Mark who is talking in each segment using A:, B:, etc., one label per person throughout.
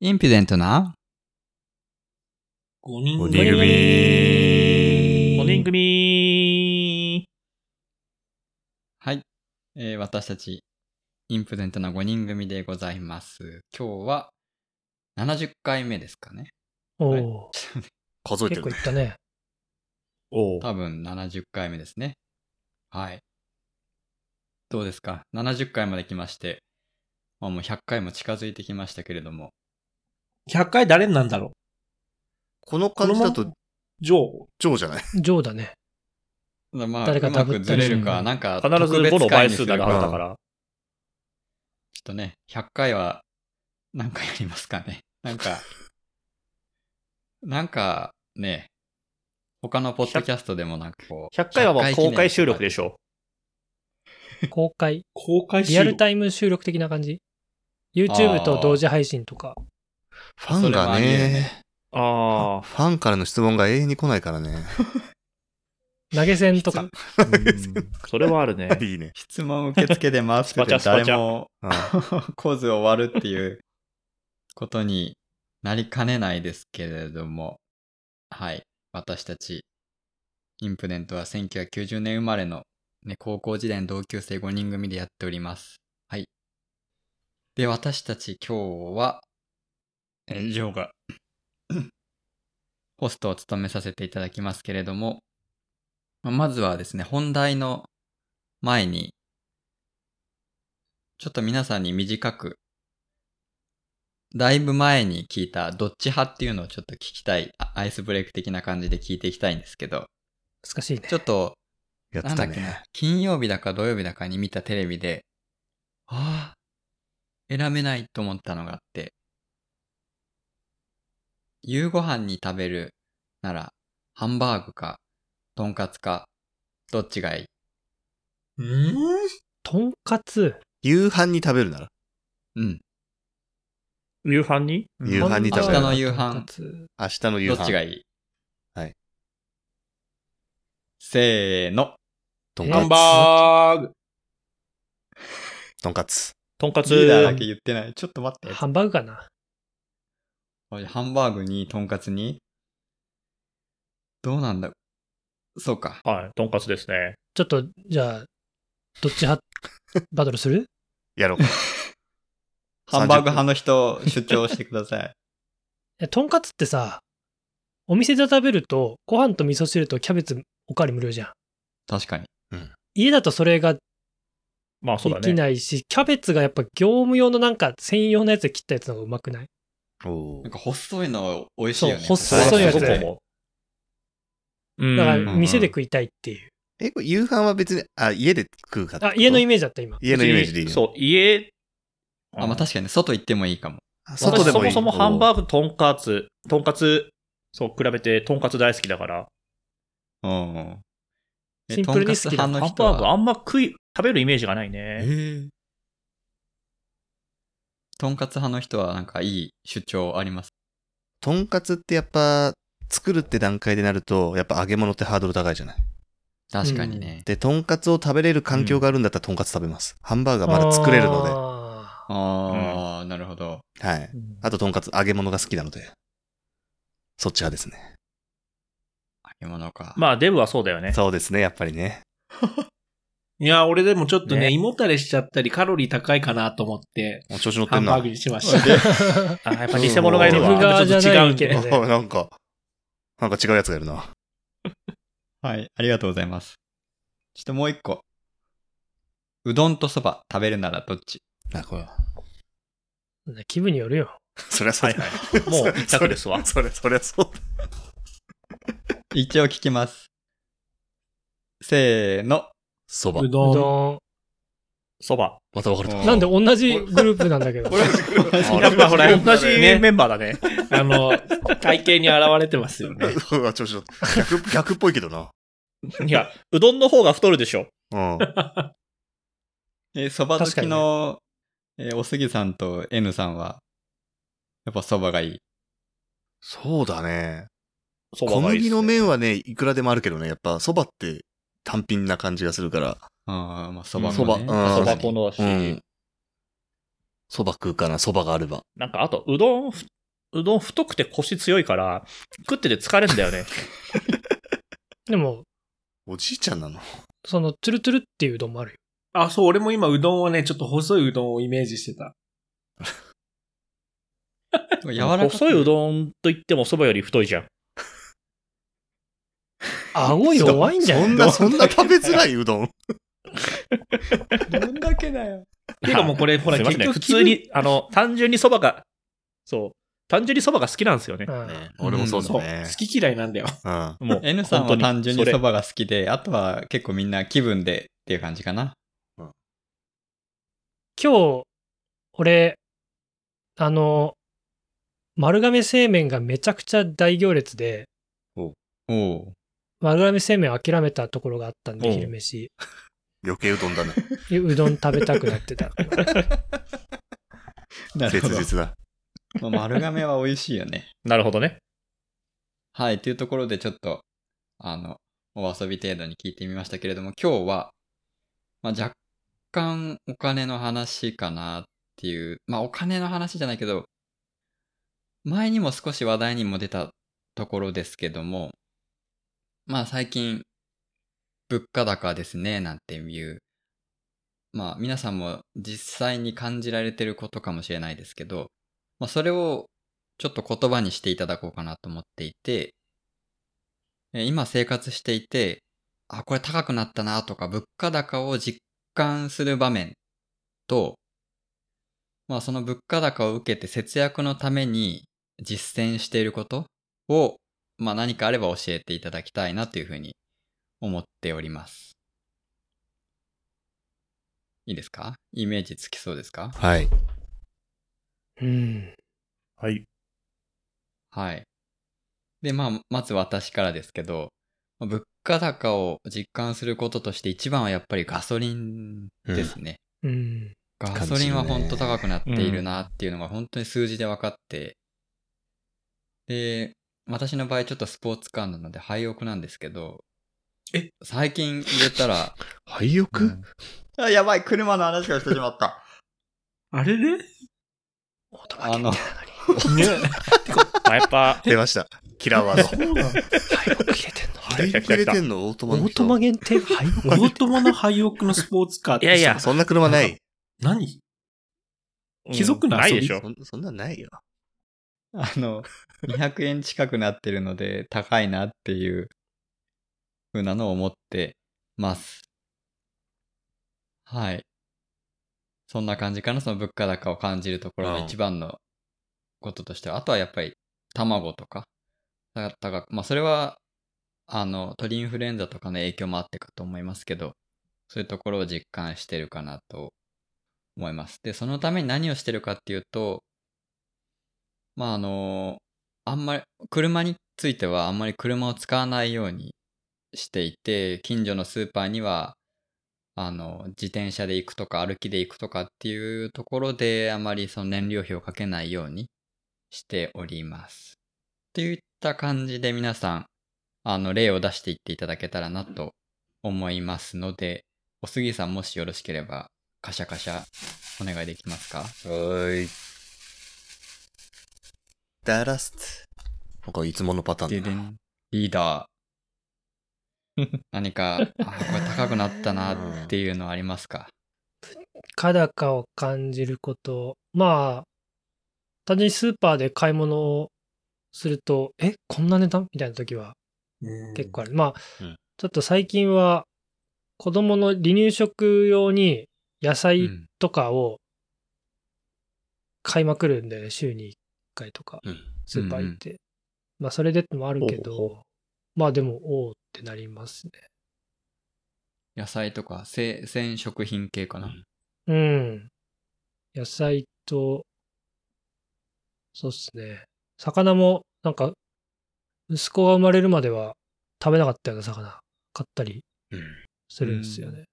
A: インピュデントな
B: 5人
C: お
B: 組。
C: にぐみ
D: 5人組
A: はい、えー私たち、インプデントな5人組でございます。今日は70回目ですかね。
D: お
A: はい
D: お、
C: 数えて
D: 結
C: る
D: 構い
C: ね
D: っ。たね。
C: おう
A: 多分70回目ですね。はい。どうですか ?70 回まで来まして、まあ、もう100回も近づいてきましたけれども。
B: 100回誰になんだろ
C: この
B: うこ
C: 感
B: の
C: じ
B: ま
C: だ
B: ま
C: と、
B: ジョー。
C: ジョーじゃない
D: ジョーだね。
A: まあ、
D: 誰か
A: うま
D: ダブ
A: く
D: った
A: ず
D: り
A: れ
D: する
A: る
D: の
A: か、なんか、
D: 必ず
A: 特
D: 5の
A: 別回
D: 倍
A: にす
D: 数
A: る
D: だ
A: か、
D: な
C: る
D: は
C: はずだ
D: ずだか。
C: から
A: ちょっとね、100回は何回やりますかね。 なんか、なんかね、他のポッドキャストでもなんかこう。
D: 100回はまあ
A: 記念
D: 公開収録でしょ公開。
B: 公開
D: リアル
B: イ
D: タイム収録的な感じ ?YouTube と同時配信とか。
C: ファ
A: そ
C: ンが
A: れもありえる
C: ね
A: ね、
D: あ
C: ファンからの質問が永遠に来ないからね。
D: あ。投げ銭とか。
C: う
D: うんそれはあるね。
C: んいいね。
A: 質問受付で回すけ
D: スパチ
A: ど、
D: ャスパチャ
A: 誰も
C: あ
A: 構図を割るっていうことになりかねないですけれども、はい、私たち、インプデントは1990年生まれの、ね、高校時代の同級生5人組でやっております。はい。で、私たち今日は、えージョーが、 ホストを務めさせていただきますけれども、まあまずはですね、本題の前に、ちょっと皆さんに短く、だいぶ前に聞いたどっち派っていうのをちょっと聞きたい、あアイスブレイク的な感じで聞いていきたいんですけど、
D: 難しいね
A: ち。ょっと、
C: やっ
A: な
C: て
A: んだ
C: た
A: っけな
C: ね。、
A: 金曜日だか土曜日だかに見たテレビで、ああ、選べないと思ったのがあって、夕ご飯に食べるなら、ハンバーグか、とんかつか、どっちがいい
B: んー
D: とんかつ。
C: 夕飯に食べるなら。
A: うん。
E: 夕飯に
C: 夕飯に食べ
A: 明日
C: る
A: の夕飯
D: とんかつ
C: 明日の夕
A: ど
C: 飯。
A: っちが
C: いい
A: いい
C: はい。
A: せーの。
C: と
D: え
C: ん
B: ハ
C: か
B: ンバーグ。
C: つ。とんかつ。
E: とんかつ
A: リーダーだけ言ってない。ちょっと待って。
D: ハンバーグかな。
A: 俺ハンバーグに、とんかつに。どうなんだそうか。
E: はい、とんかつですね。
D: ちょっと、じゃあ、どっち派、 バトルする
C: やろうか。
A: ハンバーグ派の人、主張してください。
D: えとんかつってさ、お店で食べると、ご飯と味噌汁とキャベツおかわり無料じゃん。
A: 確かに。
D: 家だとそれが
E: まあそうだ
D: でき
E: ね。
D: ないし、キャベツがやっぱ業務用のなんか専用のやつで切ったやつの方がうまくない
C: おう
A: なんか細いの美味しいよね。
D: そう細いや
E: すご
D: つ
E: く
D: だよね
E: 思う。うん。
D: だから
C: ん
D: 店で食いたいっていう。
C: え、これ夕飯は別に、あ、家で食うかってこ
D: あ、
C: と
D: 家のイメージだった今。
C: 家のイメージでいいの。
E: そう、家、
A: あ、まあ確かに外行ってもいいかも。
C: あ
E: 私
C: 外でもいい。
E: そもそもハン
C: ー
E: バーグ、とんかつ、とんかつ、そう、比べて、とんかつ大好きだから、
A: うん。え
D: シンプルに好きだ
A: とん
E: ハ
A: かつ派の
E: ン
A: 人は
E: バーグあんま食い、食べるイメージがないね。
A: ええとんかつ派の人はなんかいい主張あります。
C: とんかつってやっぱ、作るって段階でなると、やっぱ揚げ物ってハードル高いじゃない。
A: 確かにね。
C: で、とんかつを食べれる環境があるんだったらとんかつ食べます。ハンバーグはまだ作れるので。
D: あ
A: ああ、なるほど。
C: はい
D: ー。
C: あととんかつ、揚げ物が好きなので。そっち派ですね。
A: 揚げ物か。
E: まあデブはそうだよね。
C: そうですね、やっぱりね。
B: いや、俺でもちょっとね、
E: ね
B: 胃もたれしちゃったり、カロリー高いかなと思って、
C: お調子乗って
B: ハ
C: ん
B: ン
C: な。
B: バーグにしました。
E: あ、やっぱ偽物がいる
D: デブ
E: わ。
D: 側じゃないけど
C: あ
D: ね。
C: なんか、なんか違うやつがいるな。
A: はい、ありがとうございます。ちょっともう一個。うどんとそば食べるならどっち
C: な、これ。
D: 気分によるよ。
C: そりゃそうだ。
E: もう一択ですわ。
C: それ、そりゃそうだ。
A: 一応聞きます。せーの。
C: そば
B: う。
D: う
B: どん。
D: ど
E: そば。
C: また分かれた。
D: ん。なんで同じグループなんだけど。
E: やっぱほら、同じ
B: ね
E: メンバーだね。
B: あの、体型に現れてますよね。
C: うわ調子乗って逆、 逆っぽいけどな。
E: いや、うどんの方が太るでしょ。
C: うん。
A: えー、そば好
D: 確か
A: き
D: に
A: の、えーおすぎさんと N さんは、やっぱそばがいい。
C: そうだね。
E: そば
C: 小
E: がいいっす
C: 麦
E: ね
C: の麺はね、いくらでもあるけどね、やっぱそばって単品な感じがするから。
A: ああ、まあそば
E: そ
A: も
C: ば
A: ね。
C: う
E: そ
C: ん
E: ば粉だし、
C: うん。蕎麦食うかな、蕎麦があれば。
E: なんか、あと、うどん、うどん太くて腰強いから、食ってて疲れんだよね。
D: でも、
C: おじいちゃんなの
D: その、ツルツルっていううどんもあるよ。
B: あ、そう、俺も今うどんをね、ちょっと細いうどんをイメージしてた。
A: 柔らかく
E: 細いうどんと言ってもそばより太いじゃん。
D: 顎弱いんじゃな
C: そ
D: い
C: んな、そんな食べづらいう どん。
A: どんだけだよ。
B: てかもうこれ、ほら、
E: すいませ
B: 結
E: んね
B: 局、
E: 普通。に、あの、単純にそばが、そう、単純にそばが好きなんですよね。
D: うん
C: ね俺もそうだ
B: そう、
C: ね。
B: 好き嫌いなんだよ。
C: うん。
E: もう
A: N さんは単純に
E: そ
A: そば
E: ば
A: が好きで、あとは結構みんな気分でっていう感じかな。
D: 今日、俺、あの、丸亀製麺がめちゃくちゃ大行列で、
A: おお
D: 丸亀製麺を諦めたところがあったん
E: お
D: で、
E: う
D: 昼飯。
C: 余計うどんだね。
D: うどん食べたくなっ てた。
A: う。なるほ
C: 切
A: ど。
C: 実だ。
A: まあ丸亀は美味しいよね。
E: なるほどね。
A: はい、というところでちょっと、あの、お遊び程度に聞いてみましたけれども、今日は、まあ、若干お金の話かなっていう、まあ、お金の話じゃないけど、前にも少し話題にも出たところですけども、まあ、最近、物価高ですね、なんていう、まあ、皆さんも実際に感じられてることかもしれないですけど、まあ、それをちょっと言葉にしていただこうかなと思っていて、えー今生活していて、あ、これ高くなったなとか、物価高を実感する場面と、まあその物価高を受けて節約のために実践していることを、まあ何かあれば教えていただきたいなというふうに思っております。いいですかイメージつきそうですか
C: はい。
D: うん。
E: はい。
A: はい。で、まあ、まず私からですけど、まあ物価高を実感することとして一番はやっぱりガソリンですね。
D: うん。
A: ガソリンは本当高くなっているなっていうのが本当に数字で分かって、で、私の場合ちょっとスポーツカーなので廃屋なんですけど、
B: え
A: 最近入れたら、
C: 廃屋、
A: あやばい、車の話をしてしまった。
B: あれね
A: あの、
B: ね
E: あ、やっぱ
C: 出ました。キラーワード。
D: 廃屋消えてんの
C: 廃屋入れてんのオート
D: オ
C: マの
D: ー
C: 人
D: トマ限定廃
B: オートマの廃屋のスポーツカーって
E: いやいや
B: さ
C: そんな車ない。
B: 何
E: うん
B: 貴族の
E: ない
B: 遊び
E: でしょ
C: そ。んそんなんないよ。
A: あの、200円近くなってるので高いなっていう風なのを思ってます。はい。そんな感じかな、その物価高を感じるところの
C: うん
A: 一番のこととしては。あとはやっぱり卵とか。だ高くまあそれは、あの、鳥インフルエンザとかの影響もあってかと思いますけど、そういうところを実感してるかなと思います。で、そのために何をしてるかっていうと、まああの、あんまり、車についてはあんまり車を使わないようにしていて、近所のスーパーには、あの、自転車で行くとか歩きで行くとかっていうところで、あまりその燃料費をかけないようにしております。といった感じで皆さん、あの、例を出していっていただけたらなと思いますので、おすぎさんもしよろしければ、カシャカシャお願いできますか
C: はい。ダラスト。なんかいつものパター
A: で
C: ンだ
A: で
C: な。
A: ん。リーダ ー。何か、あ、これ高くなったなっていうのはありますか
D: 価高を感じること。まあ、単純にスーパーで買い物をすると、え、こんな値段みたいな時は結構ある。まあ、
C: うん
D: ちょっと最近は、子供の離乳食用に野
A: う
D: 菜
A: ん
D: とかを買いまくるんだよね、週に1回とか、
C: うん
D: スーパー行って。まあ、それでってのもあるけ
E: ほう
D: ど、まあでも、おおってなりますね。
A: 野菜とか、生鮮食品系かな
D: うん。野菜と、そうっすね。魚も、なんか、息子が生まれるまでは食べなかったような魚、買ったり
C: うん
D: するんですよね。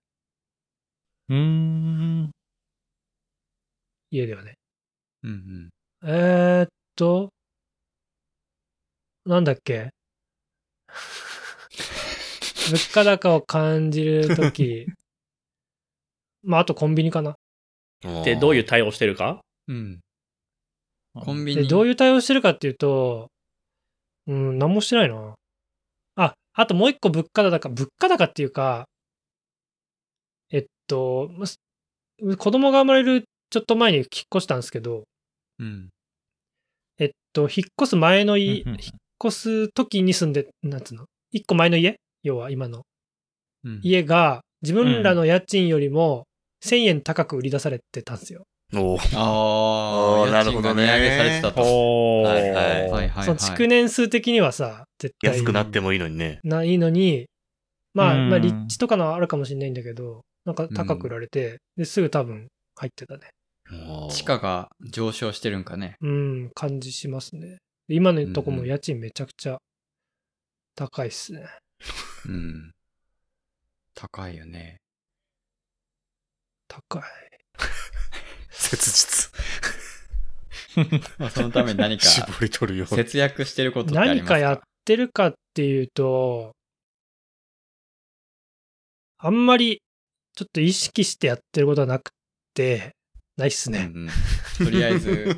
E: うーん。
D: 家ではね。
A: うんうん。
D: えー、っと、なんだっけ物価高を感じるとき、まあ、あとコンビニかな。
E: で、どういう対応してるか
A: うん。コンビ
D: で、
A: ニ。
D: どういう対応してるかっていうと、うん、何もしてないな。あ、あともう一個物価高、物価高っていうか、えっと、ま子供が生まれるちょっと前に引っ越したんですけど、
A: うん。
D: えっと、引っ越す前の家、
E: うんうんうん
D: 引っ越す時に住んで、なんつうの一個前の家要は今の。
A: うん、
D: 家が、自分らの家賃よりも1000円高く売り出されてたんですよ。
C: おー
A: あ
C: あー
A: あ、
C: なるほどね
A: 値上げされてたと。
E: おー。
C: はいはい
A: はいはい、
D: そ
A: は
D: の
A: い。
D: 築年数的にはさ、絶対。
C: 安くなってもいいのにね。
D: ないのに、まあ、
E: うん
D: まあ、立地とかのはあるかもしれないんだけど、なんか高く売られて、ですぐ多分入ってたね。
C: おー
A: 地価が上昇してるんかね。
D: うん、感じしますね。で今のとこ
A: うん
D: も
A: うん
D: 家賃めちゃくちゃ高いっすね。
A: うん。高いよね。
D: 高い。
C: 切実。
A: まあ、そのために何か
C: 絞り取るよ。
A: 節約してることってあり
D: 何
A: ますか
D: かやってるかっていうと、あんまりちょっと意識してやってることはなくて、ないっすね。
A: うんうんとりあえず、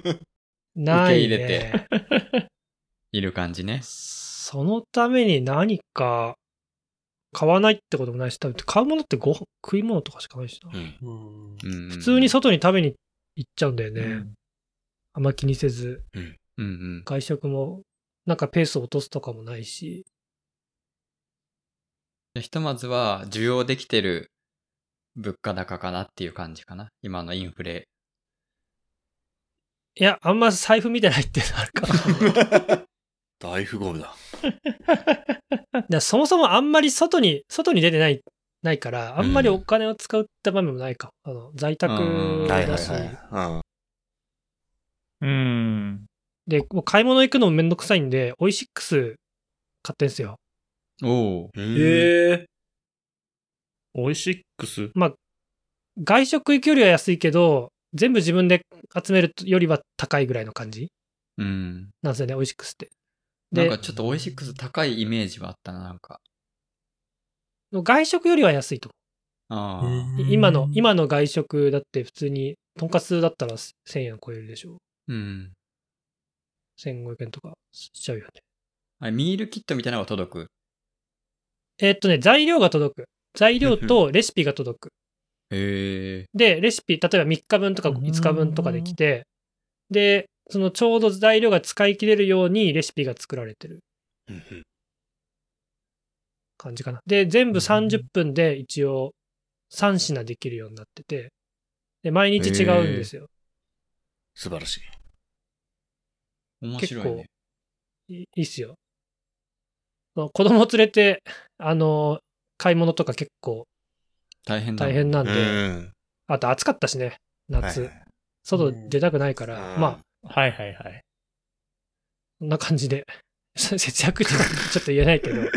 D: ない、ね。
A: 受け入れている感じね。
D: そのために何か買わないってこともないし、多分買うものってご食い物とかしかないしな。
C: うん
B: うん
A: 普
D: 普通に
A: そ、
D: 外に食べに行っちゃうんだよね。
E: うん
D: あんま気にせず、
A: うんうん、
D: 外食もなんかペースを落とすとかもないし、
A: でひとまずは、需要できてる物価高かなっていう感じかな。今のインフレ。
D: いや、あんま財布見てないっていうのあるか
C: 大富豪だ。
D: だからそもそもあんまり外に、外に出てない、ないから、あんまりお金を使うって場面もないかも。あの在
A: うん
D: 宅
C: はいはい
D: だし、
C: はい。
E: うん。
D: で、もう買い物行くのもめんどくさいんで、オイシックス買ってんすよ。
A: おお。
C: うん
B: ええ
E: オイシックス
D: 外食行くよりは安いけど、全部自分で集めるよりは高いぐらいの感じ
A: うん。
D: なんですよね、オイシックスって。
A: なん
D: で
A: か、ちょっとオイシックス高いイメージはあったな、なんか。
D: 外食よりは安いと
A: ああ。
B: ー
D: 思う。今の、今の外食だって普通に、とんかつだったら1000円超えるでしょ。
A: うん。
D: 1500円とかしちゃうよね。
A: あれミールキットみたいなのが届く。
D: えーっとね、材料が届く。材料とレシピが届く。
A: へえ。
D: で、レシピ、例えば3日分とか
E: うん
D: 5日分とかできて、で、そのちょうど材料が使い切れるようにレシピが作られてる
C: うんうん
D: 感じかな。で、全部
E: うん
D: 30分で一応3品できるようになってて、で、毎日違うんですよ。
C: 素晴らしい。
A: 面白いね。
D: いいいっすよ。まあ子供連れて、あの、買い物とか結構
A: 大変だ。
D: 大変なんで、
C: うん
D: あと暑かったしね、夏。
C: はいはい
D: 外出たくないから、
C: うん
D: まあ、
E: はいはいはい。
D: こんな感じで。 節約ってちょっと言えないけど、
A: いえ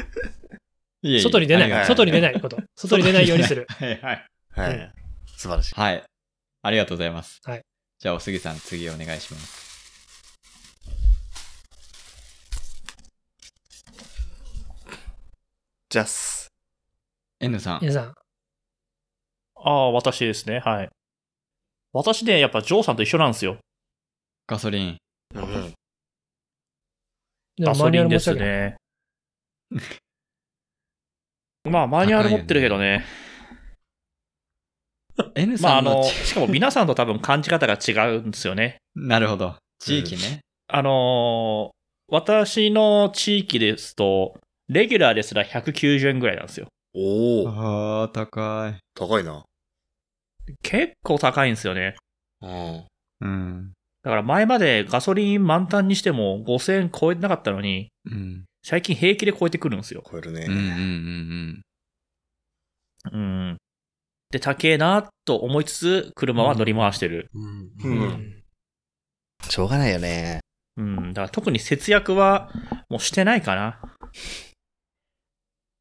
A: いえ。
D: 外に出な、
C: はいはいはいい
D: 外に 出ないこと、外に出ないようにする。
A: はいはい。
C: は
D: うん
C: い。素晴らしい。
A: はい。ありがとうございます。
D: はい。
A: じゃあ、おすぎさん、次お願いします。
C: ジャス。
A: N さん。
D: 皆さん、
E: ああ、私ですね。はい。私ね、やっぱジョーさんと一緒なんですよ。
A: ガソリン。
C: うん
D: で
E: ガ
D: も
E: ソ
D: マニュ
E: リ
D: ア
E: ン
D: ル
E: で
D: 申し
E: す
D: 訳ない。
E: ね。まあ、マニュアル持ってるけどね。
A: N
E: まあ、
A: さ
E: あ
A: んの、
E: の、
A: ち
E: しかも皆さんと多分感じ方が違うんですよね。
A: なるほど。地域ね。
E: あのー私の地域ですと、レギュラーですら190円ぐらいなんですよ。
C: おお
A: ああ、高い。
C: 高いな。
E: 結構高いんですよね。
C: うん。
A: うん。
E: だから前までガソリン満タンにしても5000円超えてなかったのに、
A: うん。
E: 最近平気で超えてくるんですよ。
C: 超える
A: うんうんうんう
C: ね。
A: ん。
E: うん。で、高えなと思いつつ、車は乗り回してる。
B: うん
C: う
D: うんん
C: しょうがないよね。
E: うん。だから特に節約はもうしてないかな。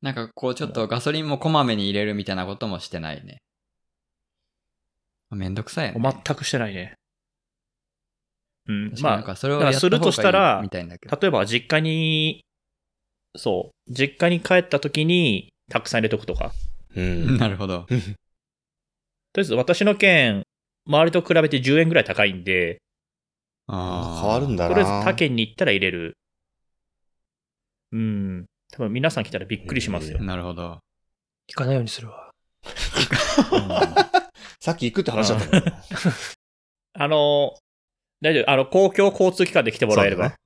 A: なんかこうちょっとガソリンもこまめに入れるみたいなこともしてないね。めんどくさいよね。
E: 全くしてないね。うん。
A: 確かになん
E: まあ、
A: かそれをや
E: だか
A: った
E: らするとしたら
A: 方がいいみたいんだけど。
E: 例えば実家に、そう、実家に帰った時にたくさん入れとくとか。
C: う
A: なるほど。
E: とりあえず私の県、周りと比べて10円ぐらい高いんで、
A: あー
C: 変わるんだ
E: と
C: な。
E: りあえず他県に行ったら入れる。うん。多分皆さん来たらびっくりしますよ。
A: なるほど。
D: 行かないようにするわ。
C: さっき行くって話だったもんね。
E: あの、大丈夫。あの、公共交通機関で来てもらえれば、
C: そうだね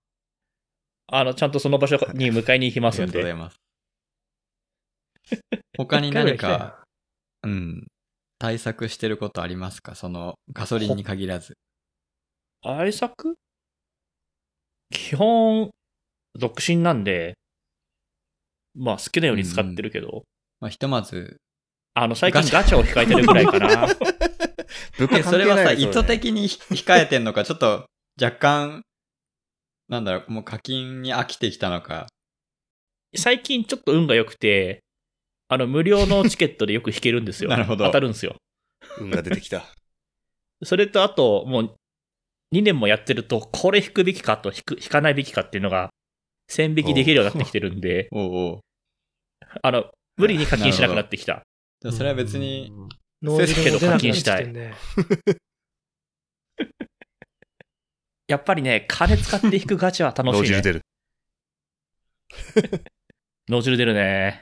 E: あの、ちゃんとその場所に迎えに行き
A: あ
E: ま
A: り
E: す
A: が
E: ん
A: とうござい
E: で。
A: ます。他に何か、うん、対策してることありますかその、ガソリンに限らず。
E: 対策基本、独身なんで、まあ好きなように使ってるけど、
A: まあ、ひとまず、
E: あの、最近ガチャを控えてるぐらいかな。
C: 物
A: え
C: 価関
A: そ
C: 係
A: れは
C: な
A: さ、
C: いよ
A: 意図。的にひ控えてんのか、ちょっと若干、なんだろう、もう課金に飽きてきたのか。
E: 最近ちょっと運が良くて、あの、無料のチケットでよく引けるんですよ。
A: なるほど
E: 当たるんですよ。
C: それ運が出てきた。
E: それと、あと、もう、2年もやってると、これ引くべきかと、引く、引かないべきかっていうのが、線引きできるようになってきてるんで、
A: おうおう。
E: あの、無理に課金しなくなってきた。
A: じゃあそれは別に、
D: ノーズでも出なくなってきて
E: せ
D: んね。
E: やっぱりね、金使って引くガチャは楽し
C: 脳
E: い、
C: 汁
E: ね。
C: 出る。
E: 脳汁出るね。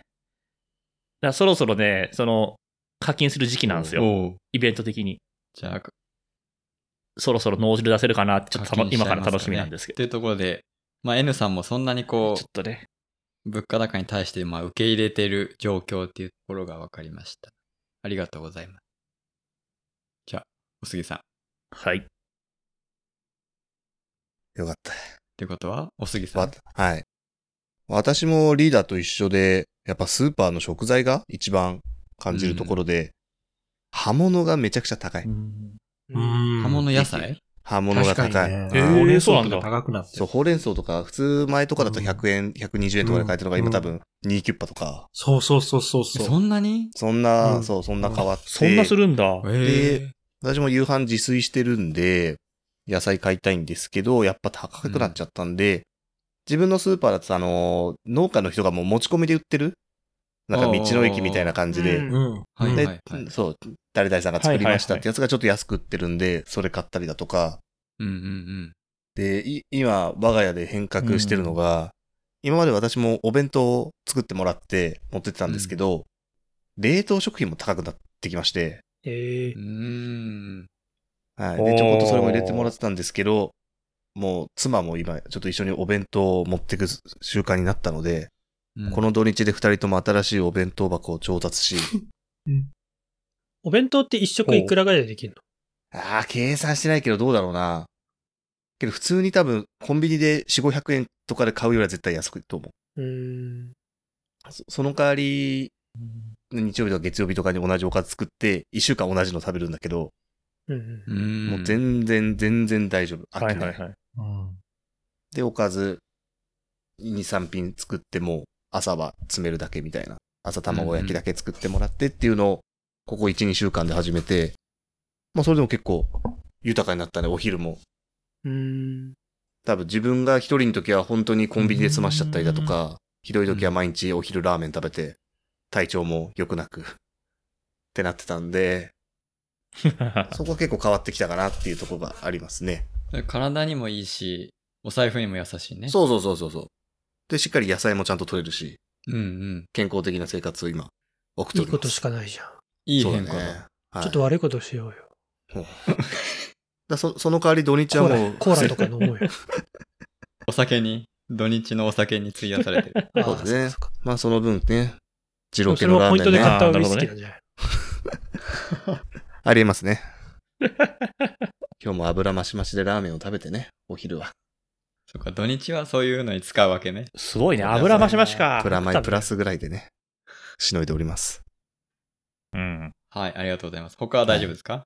E: だからそろそろね、その、課金する時期なんですよ。
A: おう
E: イベント的に。
A: じゃあ、
E: そろそろ脳汁出せるかなって、ちょっと
A: 課
E: 楽
A: 金しちゃ
E: 今
A: います
E: から楽しみなんですけ
A: っ
E: ど。
A: ていうところで、まあ、N さんもそんなにこ
E: ちょっ
A: う、
E: とね。
A: 物価高に対して、まあ、受け入れてる状況っていうところが分かりました。ありがとうございます。じゃあ、おすぎさん。
E: はい。
C: よかった。
A: ってことは、おすぎさ
C: わ
A: ん。
C: はい。私もリーダーと一緒で、やっぱスーパーの食材が一番感じるところで、刃物がめちゃくちゃ高い。
B: うん。
A: 葉物野菜
C: 刃物が高い。
B: 確
E: へ
B: か
E: ー
B: にね。ほうれん草
E: そうなん
B: と
E: だ
B: か高くなって
C: そう、
B: る。
C: ほうれん草とか、普通前とかだと100円、120円とかで買えてるのが、
B: うん
C: 今多分2キュッパとか、
B: そうそうそうそう
A: そ
B: そう。
A: んなに
C: そんな、
B: うん
C: そう、そんな変わって。
E: そんなするんだ。
A: ええ
C: 私も夕飯自炊してるんで、野菜買いたいんですけど、やっぱ高くなっちゃったんで、自分のスーパーだと、あの、農家の人がもう持ち込みで売ってるなんか道の駅みたいな感じで、
D: おー
B: うん。
A: はい
C: で、
A: はいはい。
C: そう、誰々さんが作りました
E: はいはいはい
C: ってやつがちょっと安く売ってるんで、それ買ったりだとか、
A: うんうんうん。
C: で、い今、我が家で変革してるのが、今まで私もお弁当を作ってもらって持ってってたんですけど、冷凍食品も高くなってきまして、
D: ええ
A: うーん。
C: はい。
E: おー
C: で、ちょこっとそれも入れてもらってたんですけど、もう妻も今、ちょっと一緒にお弁当を持ってく習慣になったので、
A: うん
C: この土日で二人とも新しいお弁当箱を調達し、
D: お弁当って一食いくらぐらいでできる
C: ああ、計算してないけどどうだろうな。けど普通に多分コンビニで4、500円とかで買うよりは絶対安くと思う。
D: のうーん。
C: そその代わり、日曜日とか月曜日とかに同じおかず作って、一週間同じの食べるんだけど、
D: うんうん
A: うーん。
C: もう全然、全然大丈夫。飽きな
E: はい
C: い。
E: はいはい。
B: うん
C: で、おかず、2、3品作っても、朝は詰めるだけみたいな。朝卵焼きだけ作ってもらってっていうのを、ここ1、2週間で始めて、まあそれでも結構豊かになったね、お昼も。
D: うーん。
C: 多分自分が一人の時は本当にコンビニで済ましちゃったりだとか、ひどい時は毎日お昼ラーメン食べて、体調も良くなく、ってなってたんで、そこは結構変わってきたかなっていうところがありますね。
A: 体にもいいし、お財布にも優しいね。
C: そうそうそうそうそう。で、しっかり野菜もちゃんと取れるし、
A: う。うんうん。
C: 健康的な生活を今、送って
D: い
C: お
D: い
C: り
D: こ
C: ます。
D: としかないじゃん。
A: いい
C: そうだ
A: 変
C: ね
A: 化だ。
C: はい
D: ちょっと悪いことしようよ。
C: だそその代わり土日は
D: コ
C: も
D: ー
C: う
D: ラ、コーラとか飲もうよ。
A: お酒に、土日のお酒に費やされて る。
C: そうですね
D: あーか
C: まあその分ね、二
D: で
C: 郎系
D: もそれ
C: の
D: は
C: ラ
D: ポ
C: ー
D: イ
C: メ
D: ント
C: ン
D: で
C: ね、
D: 買っ
C: あ
D: た
E: あー
D: ウ
E: な
D: イ
E: るほ
D: ス
E: ど
D: キー
E: ね
D: なんじゃない
C: りえますね。 今日も油増し増しでラーメンを食べてね、お昼は。
A: そっか、土日はそういうのに使うわけね。
E: すごいね。油増しまし
C: プ
E: か。
C: ラマイプラスぐらいでね、しのいでおります。
E: うん。
A: はい、ありがとうございます。他は大丈夫ですか、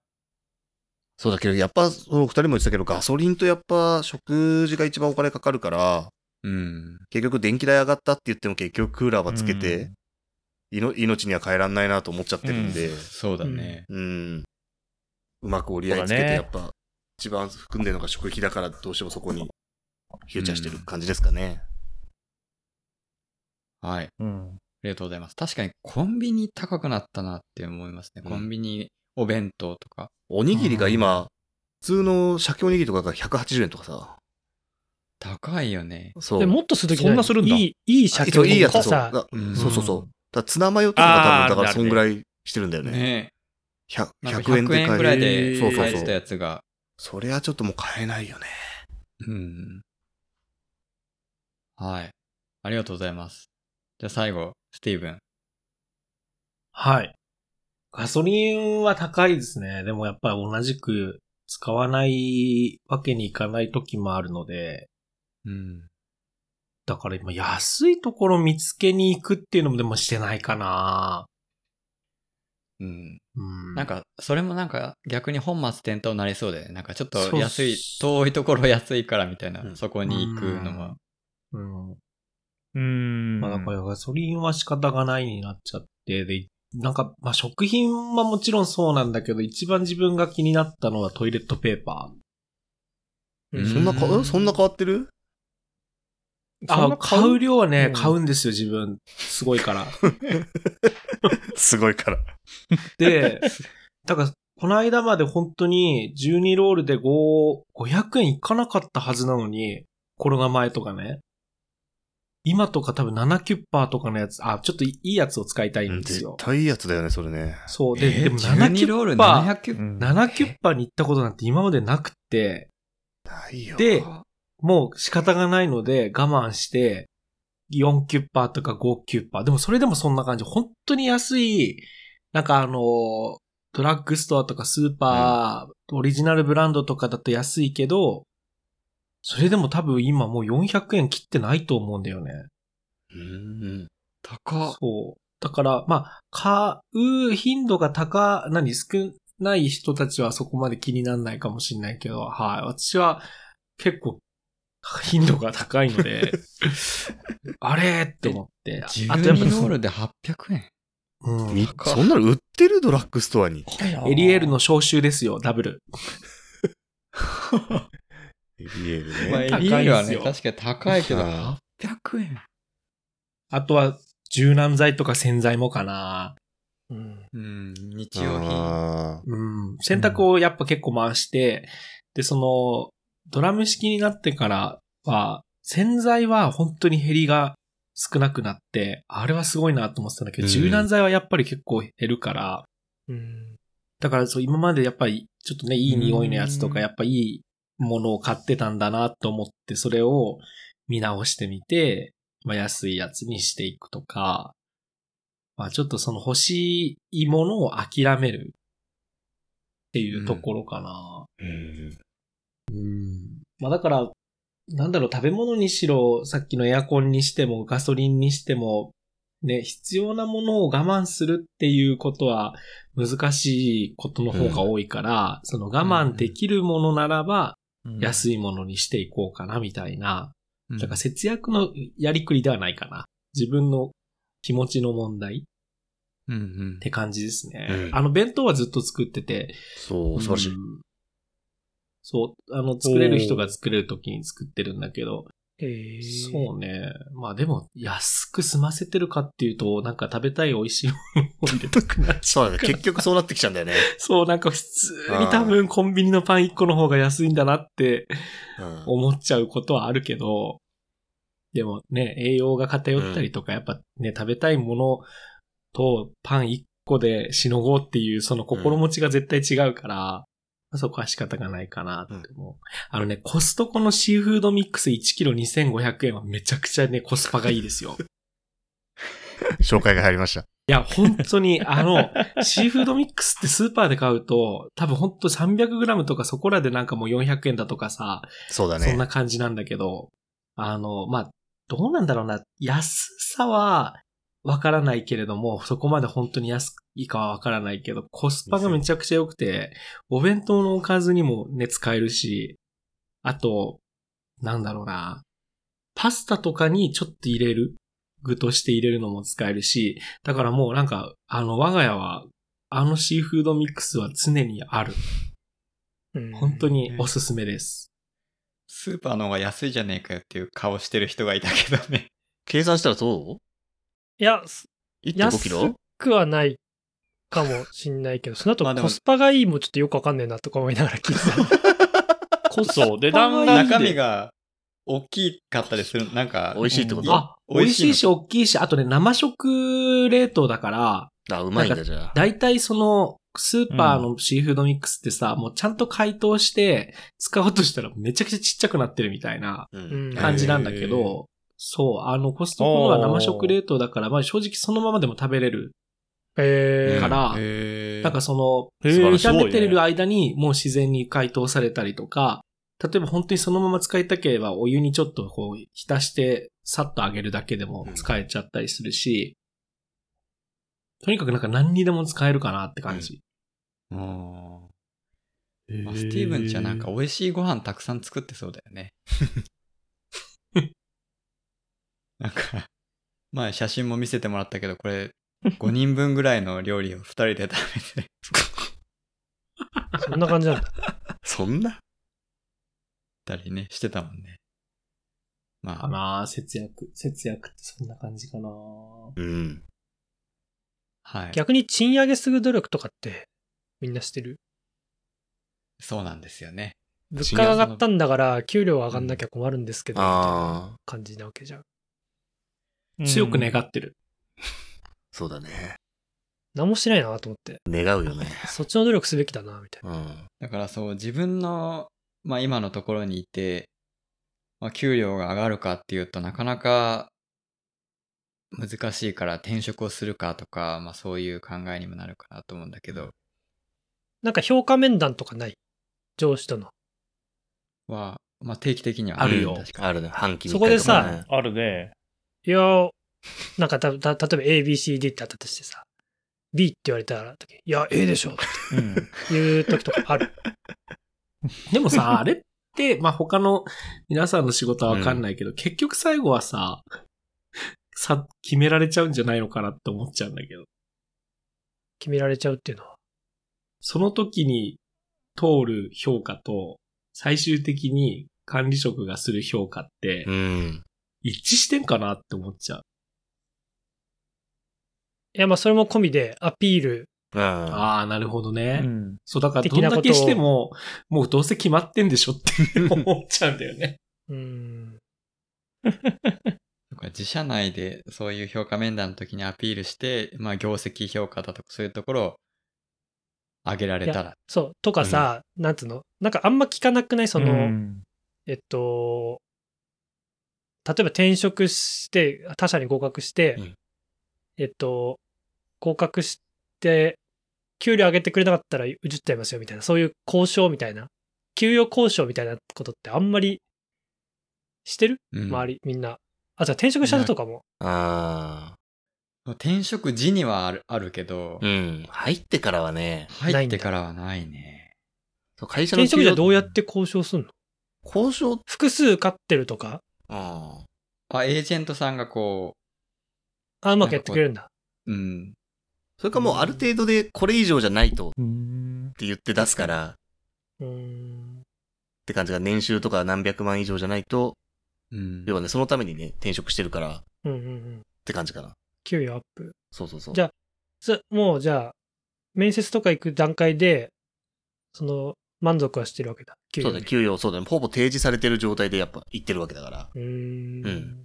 C: そうだけど、やっぱ、その二人も言ってたけど、ガソリンとやっぱ食事が一番お金かかるから、
A: うん。
C: 結局電気代上がったって言っても結局クーラーはつけて、いの命には変えらんないなと思っちゃってるんで、
A: そうだね。
C: うん。うまく折り合いつ
E: そ
C: け
E: う
C: て、
E: だね
C: やっぱ、一番含んでるのが食費だから、どうしてもそこに、フューチャーしてる感じですかね。
A: はい。あ
E: うん。
A: りがとうございます。確かにコンビニ高くなったなって思いますね。
C: うん
A: コンビニお弁当とか。
C: おにぎりが今、普通の鮭おにぎりとかが180円とかさ。
A: 高いよね。
C: そう。
D: でもっとするときない
E: そんなするんだ
D: いい、いい鮭
C: そういいやつ、そう。
D: さ、
C: だ
A: うん
C: そうそうそう。だからツナマヨとかが多分、
E: あー
C: だから
E: なるね
C: そんぐらいしてるんだよね。
A: ね
C: 100,
A: え。なんか
C: 100円
A: 100
C: で買え
A: 円
C: る。
A: くらいで
C: そうそう
A: 返
C: そ
A: し
C: う
A: た。やつが。
C: それはちょっともう買えないよね。
A: うん。はい。ありがとうございます。じゃあ最後、スティーブン。
B: はい。ガソリンは高いですね。でもやっぱり同じく使わないわけにいかない時もあるので、
A: うん。
B: だから今安いところ見つけに行くっていうのもでもしてないかな
A: うん。
B: うん。
A: なんか、それもなんか逆に本末転倒になりそうで、なんかちょっと
B: そうっ
A: 安
B: す
A: い、遠いところ安いからみたいな、
C: うん
A: そこに行くのも。
B: うん。
E: うーん。
B: まあだからガソリンは仕方がないになっちゃって、で、なんか、まあ食品はもちろんそうなんだけど、一番自分が気になったのはトイレットペーパー。
A: うん
C: そんなか、えそんな変わってる
E: そん
B: あ、
E: な
B: 買う量はね、
E: うん
B: 買うんですよ、自分。すごいから。
C: すごいから。
B: で、だから、この間まで本当に12ロールで5、500円いかなかったはずなのに、コロナ前とかね。今とか多分7キュッパーとかのやつ、あ、ちょっといいやつを使いたいんです
C: 絶
B: よ。
C: 対いいやつだよね、それね。
B: そう。で、
A: えー
B: でも7キ
A: 12
B: ュ
A: ロール
B: ッパー、
A: 700キュッ
E: うん
B: 7キュッパーに行ったことなんて今までなくて、
C: ないよ。
B: で、もう仕方がないので我慢して、4キュッパーとか5キュッパー。でもそれでもそんな感じ。本当に安い、なんかあの、ドラッグストアとかスーパー、オリジナルブランドとかだと安いけど、それでも多分今もう400円切ってないと思うんだよね。
C: うん。
A: 高っ
B: そう。だから、まあ、買う頻度が高、何、少ない人たちはそこまで気にならないかもしれないけど、はい。私は結構頻度が高いので、あれって思って。
A: 12
B: あと
A: ロ
B: やっぱり
A: ー
B: そ
A: ルで800円。
B: の、うん
C: みそんなの売ってるドラッグストアに。
B: エリエールの消臭ですよ、ダブル。
C: エリエール
A: まあ、
C: ね。
B: 高いんすよ
A: リールはね、確かに高いけど、
C: は
A: 800円。
B: あとは、柔軟剤とか洗剤もかな。
D: うん
A: うん、日用品。
C: あ
B: うん。洗濯をやっぱ結構回して、で、その、ドラム式になってからは、洗剤は本当に減りが少なくなって、あれはすごいなと思ってたんだけど、
C: うん
B: 柔軟剤はやっぱり結構減るから、
D: うん
B: だからそう今までやっぱりちょっとね、いい匂いのやつとか、やっぱいいものを買ってたんだなと思って、それを見直してみて、まあ安いやつにしていくとか、まあちょっとその欲しいものを諦めるっていうところかな。
C: ーうん
B: うん。まあだから、なんだろう、食べ物にしろ、さっきのエアコンにしても、ガソリンにしても、ね、必要なものを我慢するっていうことは難しいことの方が多いから、その我慢できるものならば、安いものにしていこうかな、みたいな。
A: うん
B: だから節約のやりくりではないかな。自分の気持ちの問題
A: うんう
B: っ
A: ん。
B: て感じですね。
C: うん
B: あの弁当はずっと作ってて、
C: そう、素晴ら しい。
B: うんそう、あの、作れる人が作れる時に作ってるんだけど、
D: えー
B: そうね。まあでも、安く済ませてるかっていうと、なんか食べたい美味しいものを入れたくなっち
C: そ
B: ゃ
C: うだね。結局そうなってきちゃうんだよね。
B: う。そう、なんか普通に多分コンビニのパン1個の方が安いんだなって
C: うん
B: 思っちゃうことはあるけど、でもね、栄養が偏ったりとか、やっぱね、食べたいものとパン1個でしのごうっていう、その心持ちが絶対違うから、そこは仕方がないかなって思う。あのね、コストコのシーフードミックス1キロ2500円はめちゃくちゃね、コスパがいいですよ。
C: 紹介が入りました。
B: いや、本当に、あの、シーフードミックスってスーパーで買うと、多分本当 300g とかそこらでなんかもう400円だとかさ、
C: そうだ
B: そん
C: ね
B: な。感じなんだけど、あの、まあ、どうなんだろうな、安さはわからないけれども、そこまで本当に安いかはわからないけど、コスパがめちゃくちゃ良くて、お弁当のおかずにもね、使えるし、あと、なんだろうな、パスタとかにちょっと入れる、具として入れるのも使えるし、だからもうなんか、あの、我が家は、あのシーフードミックスは常にある。
D: うん
B: 本当におすすめです。
A: スーパーの方が安いじゃねえかよっていう顔してる人がいたけどね。
C: 計算したらどう
D: いや、す
C: ?1.5
D: 安
C: キロ
D: くはないかもしんないけど、その後
A: まあでも
D: コスパがいいもちょっとよくわかんねえなとか思いながら聞 いてた。
E: こそ、値段がいい
A: 中身
E: で。
A: が大きかったりする。なんか、
C: 美味しいってこと
A: あ
B: あ、美味しい
A: 美味しい
B: し、大きいし、あとね、生食冷凍だから、
C: あ、うまいんだ、じゃあ。
B: だいたいその、スーパーのシーフードミックスってさ、もうちゃんと解凍して、使おうとしたらめちゃくちゃちっちゃくなってるみたいな
C: う
D: うん
C: ん。
B: 感じなんだけ
E: へー
B: ど、そう、あの、コストコのは生食冷凍だから、まあ正直そのままでも食べれる。
D: え
B: か
D: ー、
B: ら
A: へー
B: だからその、
E: へ
C: 素晴らしい
B: 炒めて
E: ね
B: る間にもう自然に解凍されたりとか、例えば本当にそのまま使いたければお湯にちょっとこう浸してさっと揚げるだけでも使えちゃったりするし、とにかくなんか何にでも使えるかなって感じ。
A: うんまあスティーブンちゃんなんか美味しいご飯たくさん作ってそうだよね。なんか、前写真も見せてもらったけど、これ5人分ぐらいの料理を2人で食べて、
D: そんな感じなんだ。
C: そんな
A: たりね、してたもんね。ま
B: か
A: あ、
B: なあ節約。節約ってそんな感じかなあ
C: うん。
A: はい。
D: 逆に賃上げする努力とかってみんなしてる
A: そうなんですよね。
D: 物価が上がったんだから給料は上がんなきゃ困るんですけど、みたいな
C: ああ、
D: 感じなわけじゃん。
B: 強く願ってる。
C: そうだね。
D: 何もしてないなと思って。
C: 願うよね。
D: そっちの努力すべきだな、みたい
C: うん。
A: だからそう、自分の、まあ今のところにいて、まあ給料が上がるかっていうとなかなか難しいから転職をするかとか、まあそういう考えにもなるかなと思うんだけど、
D: な。なんか評価面談とかない上司との。
A: は、まあ定期的には
B: あるよ
A: 確か
C: あるね。半期に
D: そこでさ
C: 一回とかね
E: あるね。
D: いやー、なんかた、た、例えば ABCD ってあったとしてさ、B って言われたら、いや、A でしょっ
E: うん。
D: ていう時とかある。
B: でもさ、あれって、まあ、他の皆さんの仕事はわかんないけど、結局最後はさ、さ、決められちゃうんじゃないのかなって思っちゃうんだけど。
D: 決められちゃうっていうのは。
B: その時に通る評価と、最終的に管理職がする評価って
C: う、ん。
B: 一致してんかなって思っちゃう。
D: いや、まあ、それも込みで、アピール。
C: あ
B: ああ、なるほど
E: う
B: ね。
E: ん
B: そう、だからどんだけしても、もうどうせ決まってんでしょって思っちゃうんだよね。
D: うーん。
A: だから自社内でそういう評価面談の時にアピールして、まあ業績評価だとかそういうところを上げられたら。
D: そう。とかさ、なんつうのなんかあんま聞かなくないその、
E: うん
D: えっと、例えば転職して、他社に合格して、
C: うん
D: えっと、合格して、給料上げてくれなかったら移っちゃいますよみたいな、そういう交渉みたいな、給与交渉みたいなことってあんまりしてる、
A: うん
D: 周り、みんな。あ、じゃあ転職した人とかも。
C: あ
A: 転職時にはあるあるけど、
C: ー。うん。入ってからはね、
A: 入ってからはないね。
C: そう会社の
D: 転職じゃどうや
C: 給
D: って交渉すんの
C: 料交渉
D: 複数勝ってるとか、
C: あ
A: あ、エージェントさんがこ
D: あ、うまくやってくれるんだ。
A: う、うん、
C: ーそれかもうある程度でこれ以上じゃないとっ
E: うん。
C: て言って出すから、っ
D: うーん。
C: て感じが年収とか何百万以上じゃないと、
A: うん。
C: 要はね、そのためにね、転職してるからっ
D: うんうんうん。
C: て感じかな。
D: 給与アップ。
C: そうそうそう。
D: じゃあそもうじゃあ、面接とか行く段階で、その、満足はしてるわけだ。給
C: そう
D: 料
C: だね、
D: ね
C: 給与、そうだね。ほぼ提示されてる状態でやっぱ行ってるわけだから。
D: うーん。
C: うん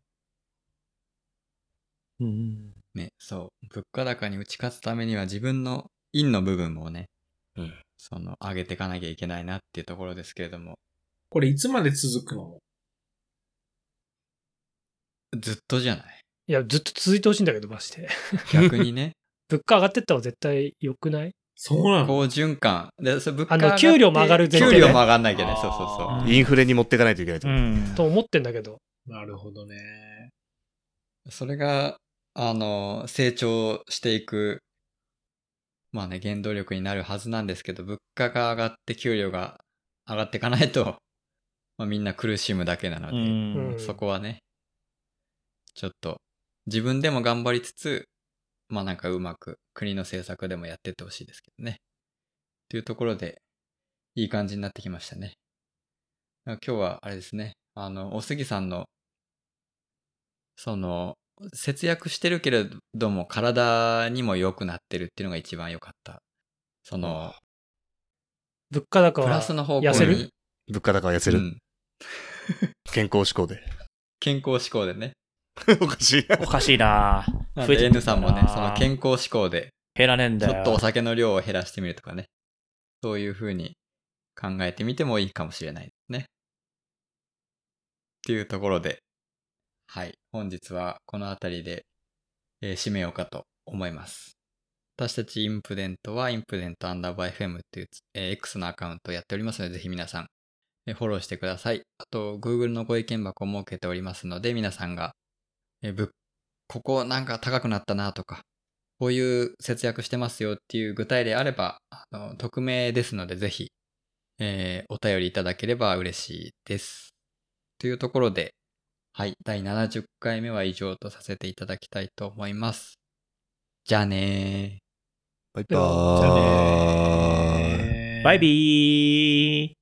E: うん
A: ね、そう。物価高に打ち勝つためには自分の陰の部分もね、
C: うん
A: その、上げていかなきゃいけないなっていうところですけれども、
B: これいつまで続くの
A: ずっとじゃない
D: いや、ずっと続いてほし いんだけど、マジで。
A: 逆に ね、
D: 物価上がってった方が絶対良くない
B: そうな
A: 好循環。で、そう物価
D: あの
A: 上がって
D: 給料も上がる前提
A: 給
D: ね
A: 料も上がんないけどね、そうそう
B: あ
A: そ
E: う
B: ー
E: ん
C: インフレに持っていかないといけないと
E: う
C: 思う。
E: ん
D: と思ってんだけど。
B: なるほどね。
A: う。それが、あの、成長していく、まあね、原動力になるはずなんですけど、物価が上がって給料が上がっていかないと、まあみんな苦しむだけなの
E: う
A: で、
E: ん
D: うん
A: そこはね、ちょっと自分でも頑張りつつ、まあなんかうまく国の政策でもやってってほしいですけどね。というところで、いい感じになってきましたね。なんか今日はあれですね、あの、おすぎさんの、その、節約してるけれども体にも良くなってるっていうのが一番良かった。その、
D: 物価高
A: プラス
D: は
A: の方向に。
D: 痩せる
C: 物価高は痩せる。
A: うん
C: 健康志向で。
A: 健康志向でね。
C: おかしい。
E: おかしいな
B: なん
E: 増
B: で
E: えて
A: N さんもね
E: あ、ー
A: その健康志向で、
E: 減らねえん
A: ち
E: だよ。
A: ょっとお酒の量を減らしてみるとかね。そういう風に考えてみてもいいかもしれないですね。っていうところで、はい。本日はこの辺りで、えー締めようかと思います。私たちインプデントは、インプデントアンダーバー FM っていう、えー X のアカウントをやっておりますので、ぜひ皆さん、えーフォローしてください。あと、Google のご意見箱を設けておりますので、皆さんが、えーぶっここなんか高くなったなとか、こういう節約してますよっていう具体例あれば、あの匿名ですので、ぜひ、えーお便りいただければ嬉しいです。というところで、はい、第70回目は以上とさせていただきたいと思います。じゃあねー。
C: バイ
D: じゃ
C: バーイ。
E: バイビー